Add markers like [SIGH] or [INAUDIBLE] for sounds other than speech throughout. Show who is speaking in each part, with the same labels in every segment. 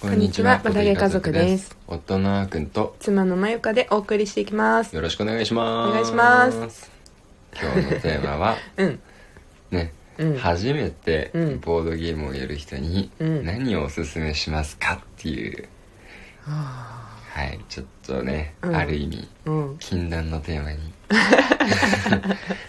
Speaker 1: こ
Speaker 2: んにちは
Speaker 1: ボドゲ家族です。
Speaker 2: 夫のあーくんと
Speaker 1: 妻のまゆかでお送りしていきます
Speaker 2: よろしくお願いします。。
Speaker 1: お願いします
Speaker 2: 今日のテーマは
Speaker 1: うん
Speaker 2: ね、
Speaker 1: うん
Speaker 2: 初めて
Speaker 1: うん
Speaker 2: ボードゲームをやる人に
Speaker 1: うん
Speaker 2: 何をおすすめしますかっていう、はい、ちょっとね、
Speaker 1: うん
Speaker 2: ある意味
Speaker 1: うん
Speaker 2: 禁断のテーマ
Speaker 1: [LAUGHS]
Speaker 2: に [LAUGHS]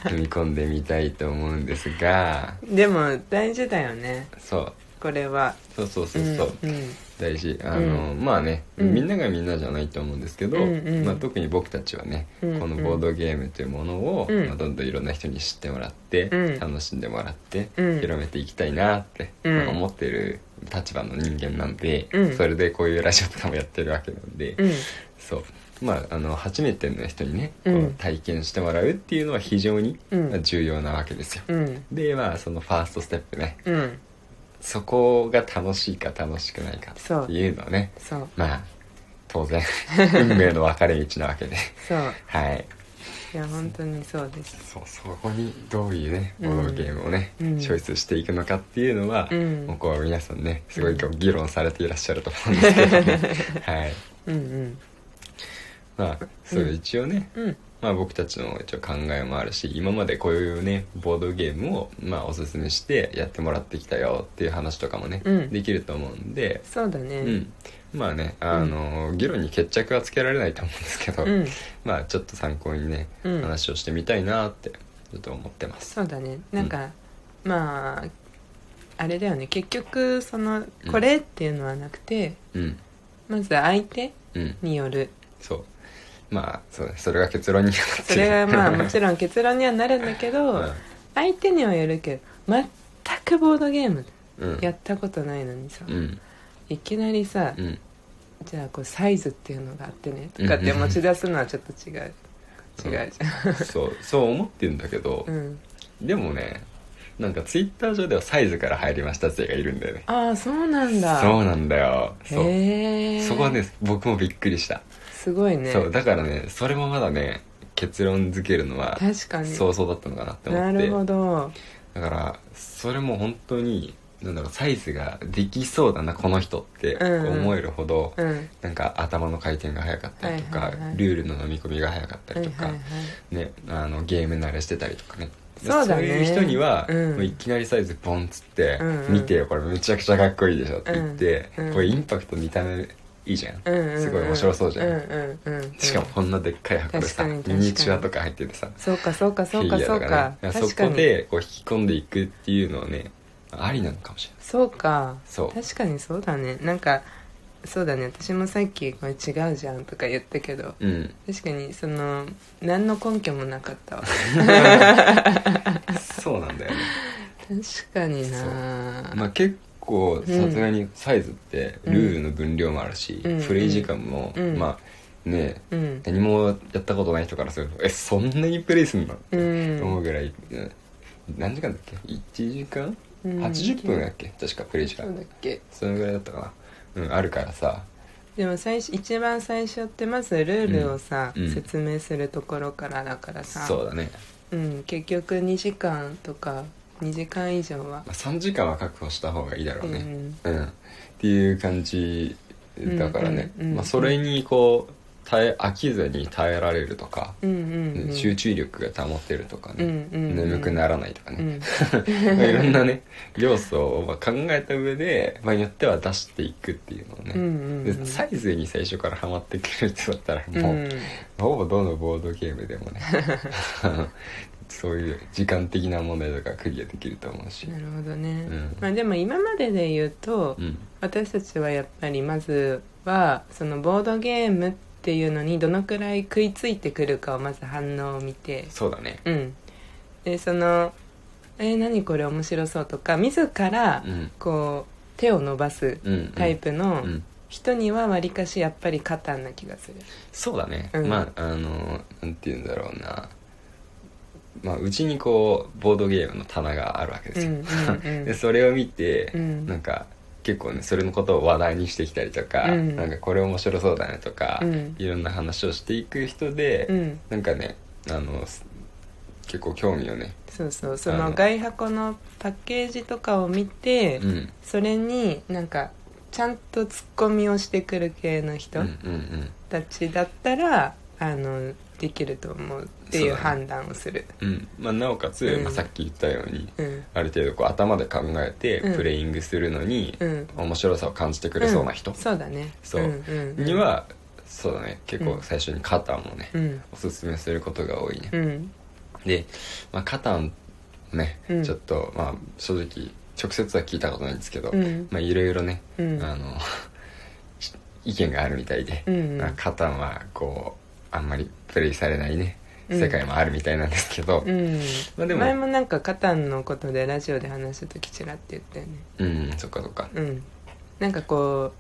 Speaker 2: 踏み込んでみたいと思うんですが、
Speaker 1: でも大事だよね
Speaker 2: そう。
Speaker 1: これは
Speaker 2: そうそうそうそう、
Speaker 1: うんうん
Speaker 2: 大事あの、まあね、
Speaker 1: うん
Speaker 2: みんながみんなじゃないと思うんですけど、
Speaker 1: うんうん
Speaker 2: まあ、特に僕たちはね、
Speaker 1: うん
Speaker 2: このボードゲームというものを、
Speaker 1: うん
Speaker 2: まあ、どんどんいろんな人に知ってもらって、
Speaker 1: うん
Speaker 2: 楽しんでもらって、
Speaker 1: うん
Speaker 2: 広めていきたいなって、
Speaker 1: うん
Speaker 2: まあ思ってる立場の人間なんで、
Speaker 1: うん
Speaker 2: それでこういうラジオとかもやってるわけなんで、
Speaker 1: うん
Speaker 2: そう。まあ、あの初めての人にね、こ
Speaker 1: う
Speaker 2: うん体験してもらうっていうのは非常に
Speaker 1: うん
Speaker 2: まあ重要なわけですよ。
Speaker 1: うん
Speaker 2: でまあそのファーストステップね
Speaker 1: うん
Speaker 2: そこが楽しいか楽しくないかっていうのはね
Speaker 1: そう
Speaker 2: まあ当然運命の分かれ道なわけ [LAUGHS] で
Speaker 1: そう
Speaker 2: はい
Speaker 1: いや本当にそうです
Speaker 2: そうそこにどういうね
Speaker 1: う
Speaker 2: ボ
Speaker 1: ん
Speaker 2: ードゲームをね、
Speaker 1: うん
Speaker 2: チョイスしていくのかっていうのは、
Speaker 1: うん
Speaker 2: もうこう皆さんねすごいこう議論されていらっしゃると思うんですけど [LAUGHS] ねはい
Speaker 1: うん
Speaker 2: まあそううん一応ね、
Speaker 1: うんうん
Speaker 2: まあ、僕たちの一応考えもあるし今までこういうねボードゲームを、まあ、おすすめしてやってもらってきたよっていう話とかもね、
Speaker 1: うん
Speaker 2: できると思うんで、
Speaker 1: そうだね
Speaker 2: うん、まあねあの、議論に決着はつけられないと思うんですけど、
Speaker 1: うん
Speaker 2: まあちょっと参考にね、
Speaker 1: うん
Speaker 2: 話をしてみたいなってちょっと思ってます
Speaker 1: そうだねなんかまああれだよね結局そ
Speaker 2: う
Speaker 1: の
Speaker 2: ん
Speaker 1: これっていうのはなくて
Speaker 2: うん
Speaker 1: まず相手
Speaker 2: うん
Speaker 1: による
Speaker 2: そうまあそうねそれが結論になって
Speaker 1: それはま
Speaker 2: [LAUGHS]
Speaker 1: あもち
Speaker 2: ん
Speaker 1: ろん結論にはなるんだ
Speaker 2: [LAUGHS]
Speaker 1: けど、相手にはよるけど全くボードゲーム
Speaker 2: うん
Speaker 1: やったことないのにさ、
Speaker 2: うん
Speaker 1: いきなりさ、
Speaker 2: うん
Speaker 1: じゃあこうサイズっていうのがあってねとかって持ち出すのはちょっと違う、
Speaker 2: うん
Speaker 1: 違うじゃん
Speaker 2: そうそう思ってんだけど、
Speaker 1: うん、
Speaker 2: でもねなんかツイッター上ではサイズから入りました勢がいるんだよね
Speaker 1: ああそうなんだ
Speaker 2: そうなんだよそう
Speaker 1: へえ
Speaker 2: そこはね僕もびっくりした、
Speaker 1: すごいね
Speaker 2: そうだからねそれもまだね結論付けるのは
Speaker 1: 確かに
Speaker 2: 想像だったのかなって思
Speaker 1: な
Speaker 2: って
Speaker 1: るほど
Speaker 2: だからそれも本当になんだろうサイズができそうだなこの人って
Speaker 1: うんうん
Speaker 2: 思えるほど、
Speaker 1: うんはい
Speaker 2: なんか頭の回転が早かったりとか、
Speaker 1: はいはいはい
Speaker 2: ルールの飲み込みが早かった
Speaker 1: は
Speaker 2: り
Speaker 1: い
Speaker 2: とか、
Speaker 1: はい
Speaker 2: ね、あのゲーム慣れしてたりとかね
Speaker 1: そうだね
Speaker 2: いう人には、
Speaker 1: うん
Speaker 2: もういきなりサイズボンっつって「
Speaker 1: うんうん
Speaker 2: 見てよこれめちゃくちゃかっこいいでしょ」って言って、
Speaker 1: うんうん
Speaker 2: これインパクト見た目いいじゃん、
Speaker 1: うんうんうん
Speaker 2: すごい面白そうじゃん、
Speaker 1: うんうんうんうん
Speaker 2: しかもこんなでっかい箱でさ
Speaker 1: 確かに
Speaker 2: ミ
Speaker 1: 確かに
Speaker 2: ニチュアとか入っててさ
Speaker 1: そうかそうかそう
Speaker 2: フ
Speaker 1: か
Speaker 2: ィギュ
Speaker 1: そ
Speaker 2: ア
Speaker 1: う
Speaker 2: と
Speaker 1: か
Speaker 2: ね
Speaker 1: 確
Speaker 2: そ
Speaker 1: か
Speaker 2: こ
Speaker 1: に
Speaker 2: でこう引き込んでいくっていうのはねありなのかもし
Speaker 1: そうか
Speaker 2: そう
Speaker 1: 確かにそうだねなんかそうだね私もさっき「これ違うじゃん」とか言ったけど
Speaker 2: れ
Speaker 1: [LAUGHS]
Speaker 2: ない
Speaker 1: 確かにその何の根拠もな
Speaker 2: [LAUGHS]
Speaker 1: かったわ
Speaker 2: うんそうなんだよね
Speaker 1: 確かにな
Speaker 2: そうまあ結構
Speaker 1: うん
Speaker 2: さすがにサイズってルールの分量もあるし、
Speaker 1: うん
Speaker 2: プレイ時間も、
Speaker 1: うん
Speaker 2: まあね
Speaker 1: うん
Speaker 2: 何もやったことない人からすると「えそんなにプレイすんの?」っ
Speaker 1: う
Speaker 2: て思うんぐらい、うん何時間だっけ1時間、
Speaker 1: うん
Speaker 2: 80分だっけ確かプレイ時
Speaker 1: そ
Speaker 2: 間
Speaker 1: うだっけ
Speaker 2: そのぐらいだったかなうんあるからさ
Speaker 1: でも最初一番最初ってまずルールをさ、
Speaker 2: うんうん
Speaker 1: 説明するところからだからさ
Speaker 2: そうだね、
Speaker 1: うん、結局2時間とか2時間以上は
Speaker 2: まあ、3時間は確保した方がいいだろうね、
Speaker 1: うん
Speaker 2: うん、っていう感じだからね、
Speaker 1: うんうんうんうん
Speaker 2: まあ、それにこう耐え飽きずに耐えられるとか、
Speaker 1: うんうんうん
Speaker 2: 集中力が保てるとか
Speaker 1: う
Speaker 2: ね、
Speaker 1: んうんうん
Speaker 2: 眠くならないとか
Speaker 1: う
Speaker 2: ね、
Speaker 1: ん
Speaker 2: いろんなね要素をまあ考えた上で、まあ、によっては出していくっていうのをね、
Speaker 1: うんうんうん
Speaker 2: でサイズに最初からハマってくる人だったら
Speaker 1: う
Speaker 2: [LAUGHS] もう、
Speaker 1: ん
Speaker 2: ほぼどのボードゲームでもね [LAUGHS] そういう時間的な問題とかクリアできると思うし、
Speaker 1: なるほどね、
Speaker 2: うん
Speaker 1: まあ、でも今までで言うと、
Speaker 2: うん、
Speaker 1: 私たちはやっぱりまずはそのボードゲームっていうのにどのくらい食いついてくるかをまず反応を見て
Speaker 2: そうだね
Speaker 1: うんでその「えー何これ面白そう」とか自ら
Speaker 2: うん
Speaker 1: こう手を伸ばす
Speaker 2: うんうん
Speaker 1: タイプの
Speaker 2: うん
Speaker 1: 人にはわりかしやっぱり簡単な気がする
Speaker 2: そうだね、
Speaker 1: うん
Speaker 2: まああのなんて言うんだろうなまあうちにこうボードゲームの棚があるわけですよ、
Speaker 1: うんうんう
Speaker 2: [LAUGHS]
Speaker 1: ん
Speaker 2: でそれを見て、
Speaker 1: うん
Speaker 2: なんか結構ねそれのことを話題にしてきたりとか、
Speaker 1: うん
Speaker 2: なんかこれ面白そうだねとか、
Speaker 1: うん
Speaker 2: いろんな話をしていく人で、
Speaker 1: うん
Speaker 2: なんかねあのす結構興味をね、
Speaker 1: そうそうそ
Speaker 2: あ
Speaker 1: の
Speaker 2: の
Speaker 1: 外箱のパッケージとかを見て、
Speaker 2: うん、
Speaker 1: それになんかちゃんとツッコミをしてくる系の人
Speaker 2: うんうんうん
Speaker 1: たちだったら、あのできると思うっていう
Speaker 2: そうだね
Speaker 1: 判断をする
Speaker 2: うんまあ、なおかつ、
Speaker 1: うん
Speaker 2: まあ、さっき言ったように
Speaker 1: う,、
Speaker 2: ある程度こう頭で考えて
Speaker 1: うん
Speaker 2: プレイングするのに、
Speaker 1: んうん
Speaker 2: 面白さを感じてくれそうな人
Speaker 1: んそうだね
Speaker 2: そうん
Speaker 1: うんうん
Speaker 2: には、そうだね結構
Speaker 1: うん
Speaker 2: 最初にカタンもね、
Speaker 1: うん
Speaker 2: おすすめすることが多いね、
Speaker 1: うん
Speaker 2: で、まあ、カタンね、
Speaker 1: うん
Speaker 2: ちょっと、まあ、正直直接は聞いたことないんですけど、
Speaker 1: うん
Speaker 2: まあいろいろね、
Speaker 1: うん
Speaker 2: あの [LAUGHS] 意見があるみたいで、
Speaker 1: うん
Speaker 2: まあ、カタンはこうあんまりプレイされないね
Speaker 1: うん
Speaker 2: 世界もあるみたいなんですけど、
Speaker 1: うん
Speaker 2: まあでも
Speaker 1: 前もなんかカタンのことでラジオで話した時ちらって言ったよね
Speaker 2: うん、そっかそっか
Speaker 1: うんなんかこ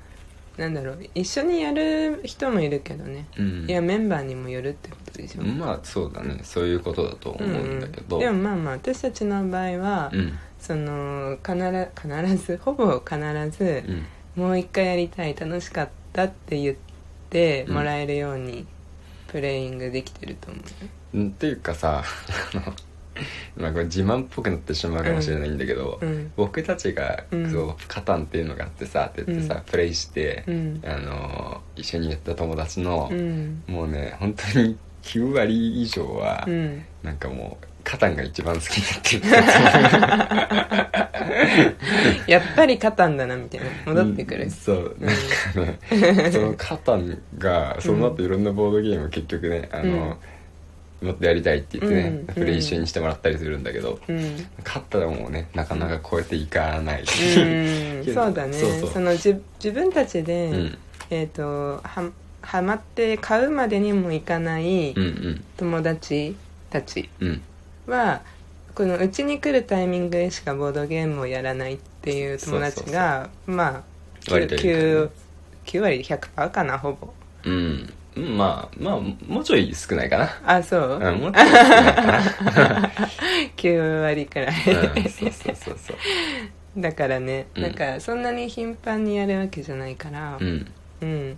Speaker 1: うなんだろう一緒にやる人もいるけどね、
Speaker 2: うん
Speaker 1: いやメンバーにもよるってことでしょ、
Speaker 2: まあそうだねそういうことだと思うんだけど、
Speaker 1: うんでもまあまあ私たちの場合は、
Speaker 2: うん
Speaker 1: その必必ずほぼ必ず、
Speaker 2: うん
Speaker 1: もう一回やりたい楽しかったって言って
Speaker 2: うん
Speaker 1: もらえるようにプレイングできてると思
Speaker 2: うんっていうかさあのまあこれ自慢っぽくなってしまうかもしれないんだけど、
Speaker 1: ううん
Speaker 2: 僕たちがこ
Speaker 1: うん
Speaker 2: うカタンっていうのがあってさって言ってさ、
Speaker 1: うん
Speaker 2: プレイして、
Speaker 1: うん
Speaker 2: あの一緒にやった友達の
Speaker 1: う、ん
Speaker 2: もうね本当に9割以上は、
Speaker 1: うん
Speaker 2: なんかもうカタンが一番好きだって言ってたと思う
Speaker 1: やっぱり勝たんだなみたいな [LAUGHS] 戻ってく
Speaker 2: う
Speaker 1: る
Speaker 2: んそうなん
Speaker 1: [LAUGHS]
Speaker 2: かねそのカタンがその後いろんなボードゲームを結局ねあの、もっとやりたいって言ってね、
Speaker 1: うん
Speaker 2: プレイ一緒にしてもらったりするんだけど、
Speaker 1: うん、う
Speaker 2: 勝ったらもうねなかなか超えていかない、
Speaker 1: ん、
Speaker 2: [LAUGHS] けど
Speaker 1: そうだね
Speaker 2: そう
Speaker 1: そ
Speaker 2: そう
Speaker 1: のじ自分たちで、
Speaker 2: うん、うん
Speaker 1: えっ、とははまって買うまでにもいかない
Speaker 2: うん
Speaker 1: 友達たち
Speaker 2: うん
Speaker 1: はこのうちに来るタイミングでしかボードゲームをやらないっていう友達がまあ
Speaker 2: 割といるからね
Speaker 1: 9, 9割100%かなほぼ
Speaker 2: うんうんまあまあもうちょい少ないかな
Speaker 1: あそう、
Speaker 2: うん、もうちょい少ないかな、
Speaker 1: 9割くらい、
Speaker 2: うん、そうそうそうそう
Speaker 1: だからね、
Speaker 2: うん
Speaker 1: なんかそんなに頻繁にやるわけじゃないから
Speaker 2: うん
Speaker 1: うん、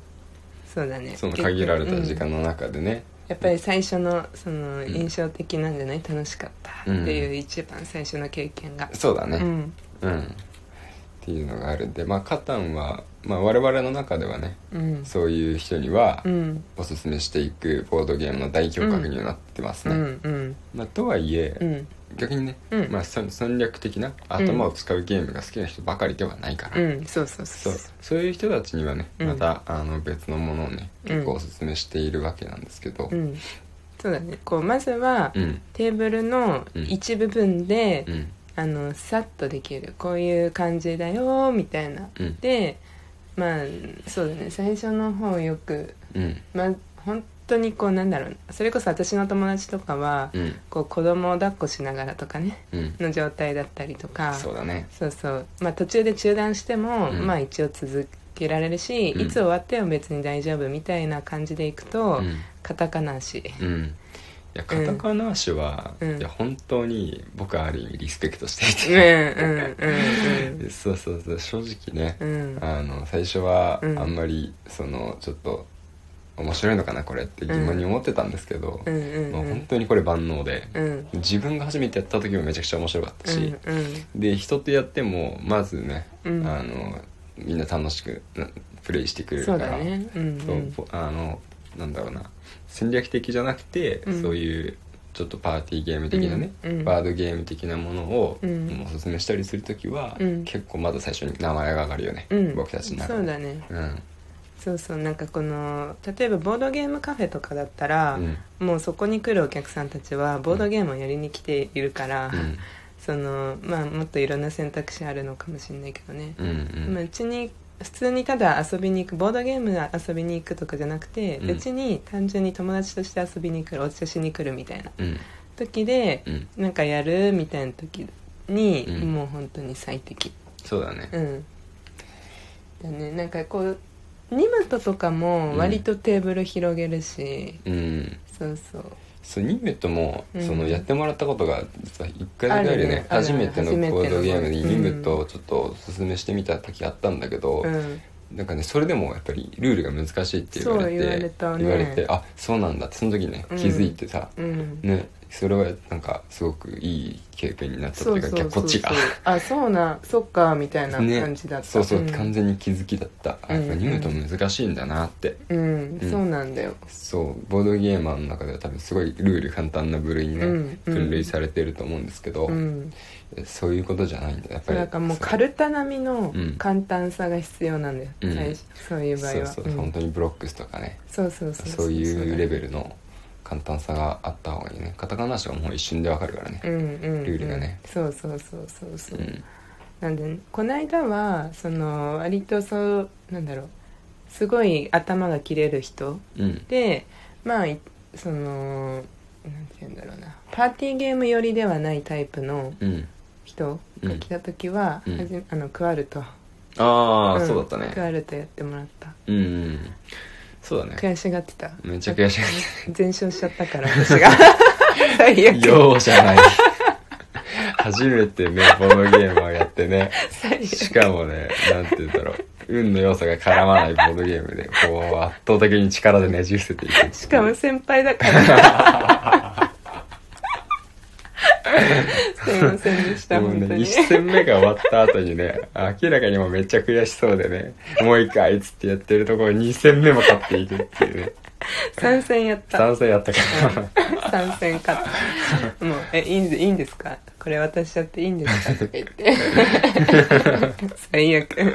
Speaker 1: そうだね
Speaker 2: その限られた時
Speaker 1: うん
Speaker 2: 間の中でね、
Speaker 1: やっぱり最初のその
Speaker 2: ん
Speaker 1: 印象的なんじゃない楽しかったっていう一番最初の経験が、
Speaker 2: そうだ
Speaker 1: う
Speaker 2: ね、
Speaker 1: ん
Speaker 2: うん、っていうのがあるんでまあカタンは、まあ、我々の中ではね
Speaker 1: うん
Speaker 2: そういう人には
Speaker 1: うん
Speaker 2: おすすめしていくボードゲームの代表格にはなってます
Speaker 1: う
Speaker 2: ね、
Speaker 1: んうん
Speaker 2: まあ、とはいえ、
Speaker 1: うん
Speaker 2: 逆にね、
Speaker 1: うん
Speaker 2: まあ、戦戦略的な頭を使うゲームが好きな人ばかりではないから、
Speaker 1: うんそうそう
Speaker 2: そ
Speaker 1: そ
Speaker 2: ううそういう人たちにはね
Speaker 1: うん
Speaker 2: また、あの別のものをね
Speaker 1: うん
Speaker 2: 結構おすすめしているわけなんですけど、
Speaker 1: うんそうだねこうまずは、
Speaker 2: うん
Speaker 1: テーブルの一部分で、
Speaker 2: うん
Speaker 1: あのさっとできるこういう感じだよみたいな、
Speaker 2: うん
Speaker 1: でまあそうだね最初の方よく
Speaker 2: うん
Speaker 1: まあ本当にこうなんだろうそれこそ私の友達とかは、
Speaker 2: うん
Speaker 1: こう子供を抱っこしながらとかね
Speaker 2: うん
Speaker 1: の状態だったりとか
Speaker 2: そうだね
Speaker 1: そうそうまあ途中で中断しても、
Speaker 2: うん
Speaker 1: まあ一応続けられるし、
Speaker 2: うん
Speaker 1: いつ終わっても別に大丈夫みたいな感じでいくと、
Speaker 2: うん
Speaker 1: カタカナ足
Speaker 2: うんいやカタカナ足は、
Speaker 1: うん
Speaker 2: いや本当に僕はある意味リスペクトしてい
Speaker 1: うんう
Speaker 2: て、
Speaker 1: んうん
Speaker 2: そうそうそう正直ね、
Speaker 1: うんうん
Speaker 2: あの最初はあ
Speaker 1: うん
Speaker 2: んまり、そのちょっと面白いのかなこれって疑問に思ってたんですけど、
Speaker 1: うんうん
Speaker 2: まあ、
Speaker 1: う
Speaker 2: 本
Speaker 1: ん
Speaker 2: 当にこれ万能で、
Speaker 1: うん
Speaker 2: 自分が初めてやった時もめちゃくちゃ面白かったし、
Speaker 1: う
Speaker 2: で人とやってもまずね、
Speaker 1: うん
Speaker 2: あのみんな楽しくなプレイしてくれ
Speaker 1: ん、
Speaker 2: る
Speaker 1: そ
Speaker 2: か
Speaker 1: う
Speaker 2: ら
Speaker 1: だねうん
Speaker 2: そうぼあのなんだろうな戦略的じゃなくて、
Speaker 1: うん
Speaker 2: そういうちょっとパーティーゲーム的なね、
Speaker 1: うんうん
Speaker 2: バードゲーム的なものを、
Speaker 1: うん
Speaker 2: もうおすすめしたりする時は、
Speaker 1: うん
Speaker 2: 結構まず最初に名前が上がるよね、
Speaker 1: うん、うん、
Speaker 2: 僕たちの中
Speaker 1: そう
Speaker 2: で
Speaker 1: だね
Speaker 2: うん
Speaker 1: そうそうなんかこの例えばボードゲームカフェとかだったら、
Speaker 2: うん
Speaker 1: もうそこに来るお客さんたちはボードゲームをやりに来ているから、そのまあもっといろんな選択肢あるのかもしれないけどね、
Speaker 2: うんうん
Speaker 1: まあうちに普通にただ遊びに行くボードゲーム遊びに行くとかじゃなくて、
Speaker 2: うん
Speaker 1: うちに単純に友達として遊びに来るお茶しに来るみたいな
Speaker 2: うん
Speaker 1: 時で
Speaker 2: うん
Speaker 1: なんかやるみたいな時に、
Speaker 2: うん
Speaker 1: もう本当に最適
Speaker 2: そうだね
Speaker 1: うんだねなんかこうニムトとかも割とテーブル広げるし、
Speaker 2: うん
Speaker 1: そうそう
Speaker 2: そうニメットも、
Speaker 1: うん
Speaker 2: そのやってもらったことが実は一回だけあるよね
Speaker 1: あるね
Speaker 2: 初めての
Speaker 1: ある初めての
Speaker 2: ボードゲームに
Speaker 1: うん
Speaker 2: ニメットをちょっとおすすめしてみた時あったんだけど、
Speaker 1: うん
Speaker 2: なんかねそれでもやっぱりルールが難しいって言われて
Speaker 1: そう言われたね
Speaker 2: 言われてあそうなんだってその時ね
Speaker 1: うん
Speaker 2: 気づいてさ、
Speaker 1: うん
Speaker 2: ねそれはなんかすごくいい経験になったというか逆こっちが
Speaker 1: あそうなそっかみたいな
Speaker 2: ね
Speaker 1: 感じだった、
Speaker 2: そうそう、
Speaker 1: ん
Speaker 2: 完全に気づきだったあやっぱニュートン難しいんだなって、
Speaker 1: うん、
Speaker 2: うん
Speaker 1: そうなんだよ
Speaker 2: そうボードゲーマーの中では多分すごいルール簡単な部類にね、
Speaker 1: うんうん
Speaker 2: 分類されてると思うんですけど、
Speaker 1: うん
Speaker 2: そういうことじゃないんだやっぱり
Speaker 1: なんかもう
Speaker 2: そう
Speaker 1: カルタ並みの
Speaker 2: うん
Speaker 1: 簡単さが必要なんだよ、
Speaker 2: うん
Speaker 1: 最初そういう場合は
Speaker 2: そうそう、
Speaker 1: ん
Speaker 2: 本当にブロックスとかね
Speaker 1: そうそうそう
Speaker 2: そういうレベルの簡単さがあった方がいいねカタカナ書はもう一瞬でわかるからね
Speaker 1: うんうんうん
Speaker 2: ルールがね
Speaker 1: そうそうそうそうそう、
Speaker 2: うん
Speaker 1: なんでこの間はその割とそうなんだろうすごい頭が切れる人
Speaker 2: うん
Speaker 1: でまあいそのなんて言うんだろうなパーティーゲーム寄りではないタイプの
Speaker 2: うん
Speaker 1: 人が来た時は、
Speaker 2: うん
Speaker 1: はじめあのクワルト
Speaker 2: ああ、
Speaker 1: ん
Speaker 2: そうだった
Speaker 1: ク
Speaker 2: ね
Speaker 1: ワルトやってもらった
Speaker 2: うん、うん、そうだね
Speaker 1: 悔しがってた
Speaker 2: めっちゃ悔しい
Speaker 1: 全勝しちゃった
Speaker 2: [LAUGHS]
Speaker 1: から私が最悪
Speaker 2: ようじゃない初めてねボードゲーマーやってね
Speaker 1: 最悪
Speaker 2: しかもねなんて言うんだろう運の要素が絡まないボードゲームでこう圧倒的に力でねじ伏せていく
Speaker 1: しかも先輩だから
Speaker 2: [LAUGHS]
Speaker 1: すいませんでした
Speaker 2: もう
Speaker 1: 本当
Speaker 2: ね1
Speaker 1: に
Speaker 2: 戦目が終わった後にね明らかにもうめっちゃ悔しそうでねもう一回っつってやってるところ2戦目も勝っていくっていうね
Speaker 1: 参戦や [LAUGHS] った
Speaker 2: 3戦やったから
Speaker 1: 参戦勝ったもう「えいいんでいいんですかこれ渡しちゃっていいんですか?」とか言って
Speaker 2: [LAUGHS]
Speaker 1: 最悪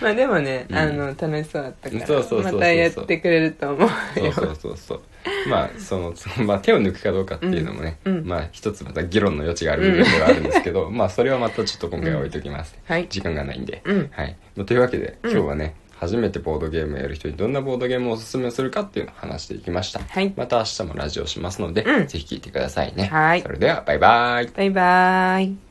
Speaker 1: まあでもね、
Speaker 2: うん
Speaker 1: あの楽しそうだったから
Speaker 2: そうそうそうそう
Speaker 1: またやってくれると思う
Speaker 2: そう
Speaker 1: よ
Speaker 2: そうそうそうまあそのそのまあ、手を抜くかどうかっていうのもね、
Speaker 1: うんうん
Speaker 2: まあ一つまた議論の余地がある部分ではあるんですけど、まあそれはまたちょっと今回は置いときます、
Speaker 1: はい
Speaker 2: 時間がないんで、
Speaker 1: うん
Speaker 2: はい、というわけで
Speaker 1: う
Speaker 2: 今
Speaker 1: ん
Speaker 2: 日はね、初めてボードゲームをやる人にどんなボードゲームをおすすめするかっていうのを話していきました、
Speaker 1: はい
Speaker 2: また明日もラジオしますので、
Speaker 1: うん
Speaker 2: ぜひ聞いてくださいね
Speaker 1: はい
Speaker 2: それではバイバイ
Speaker 1: バイバーイ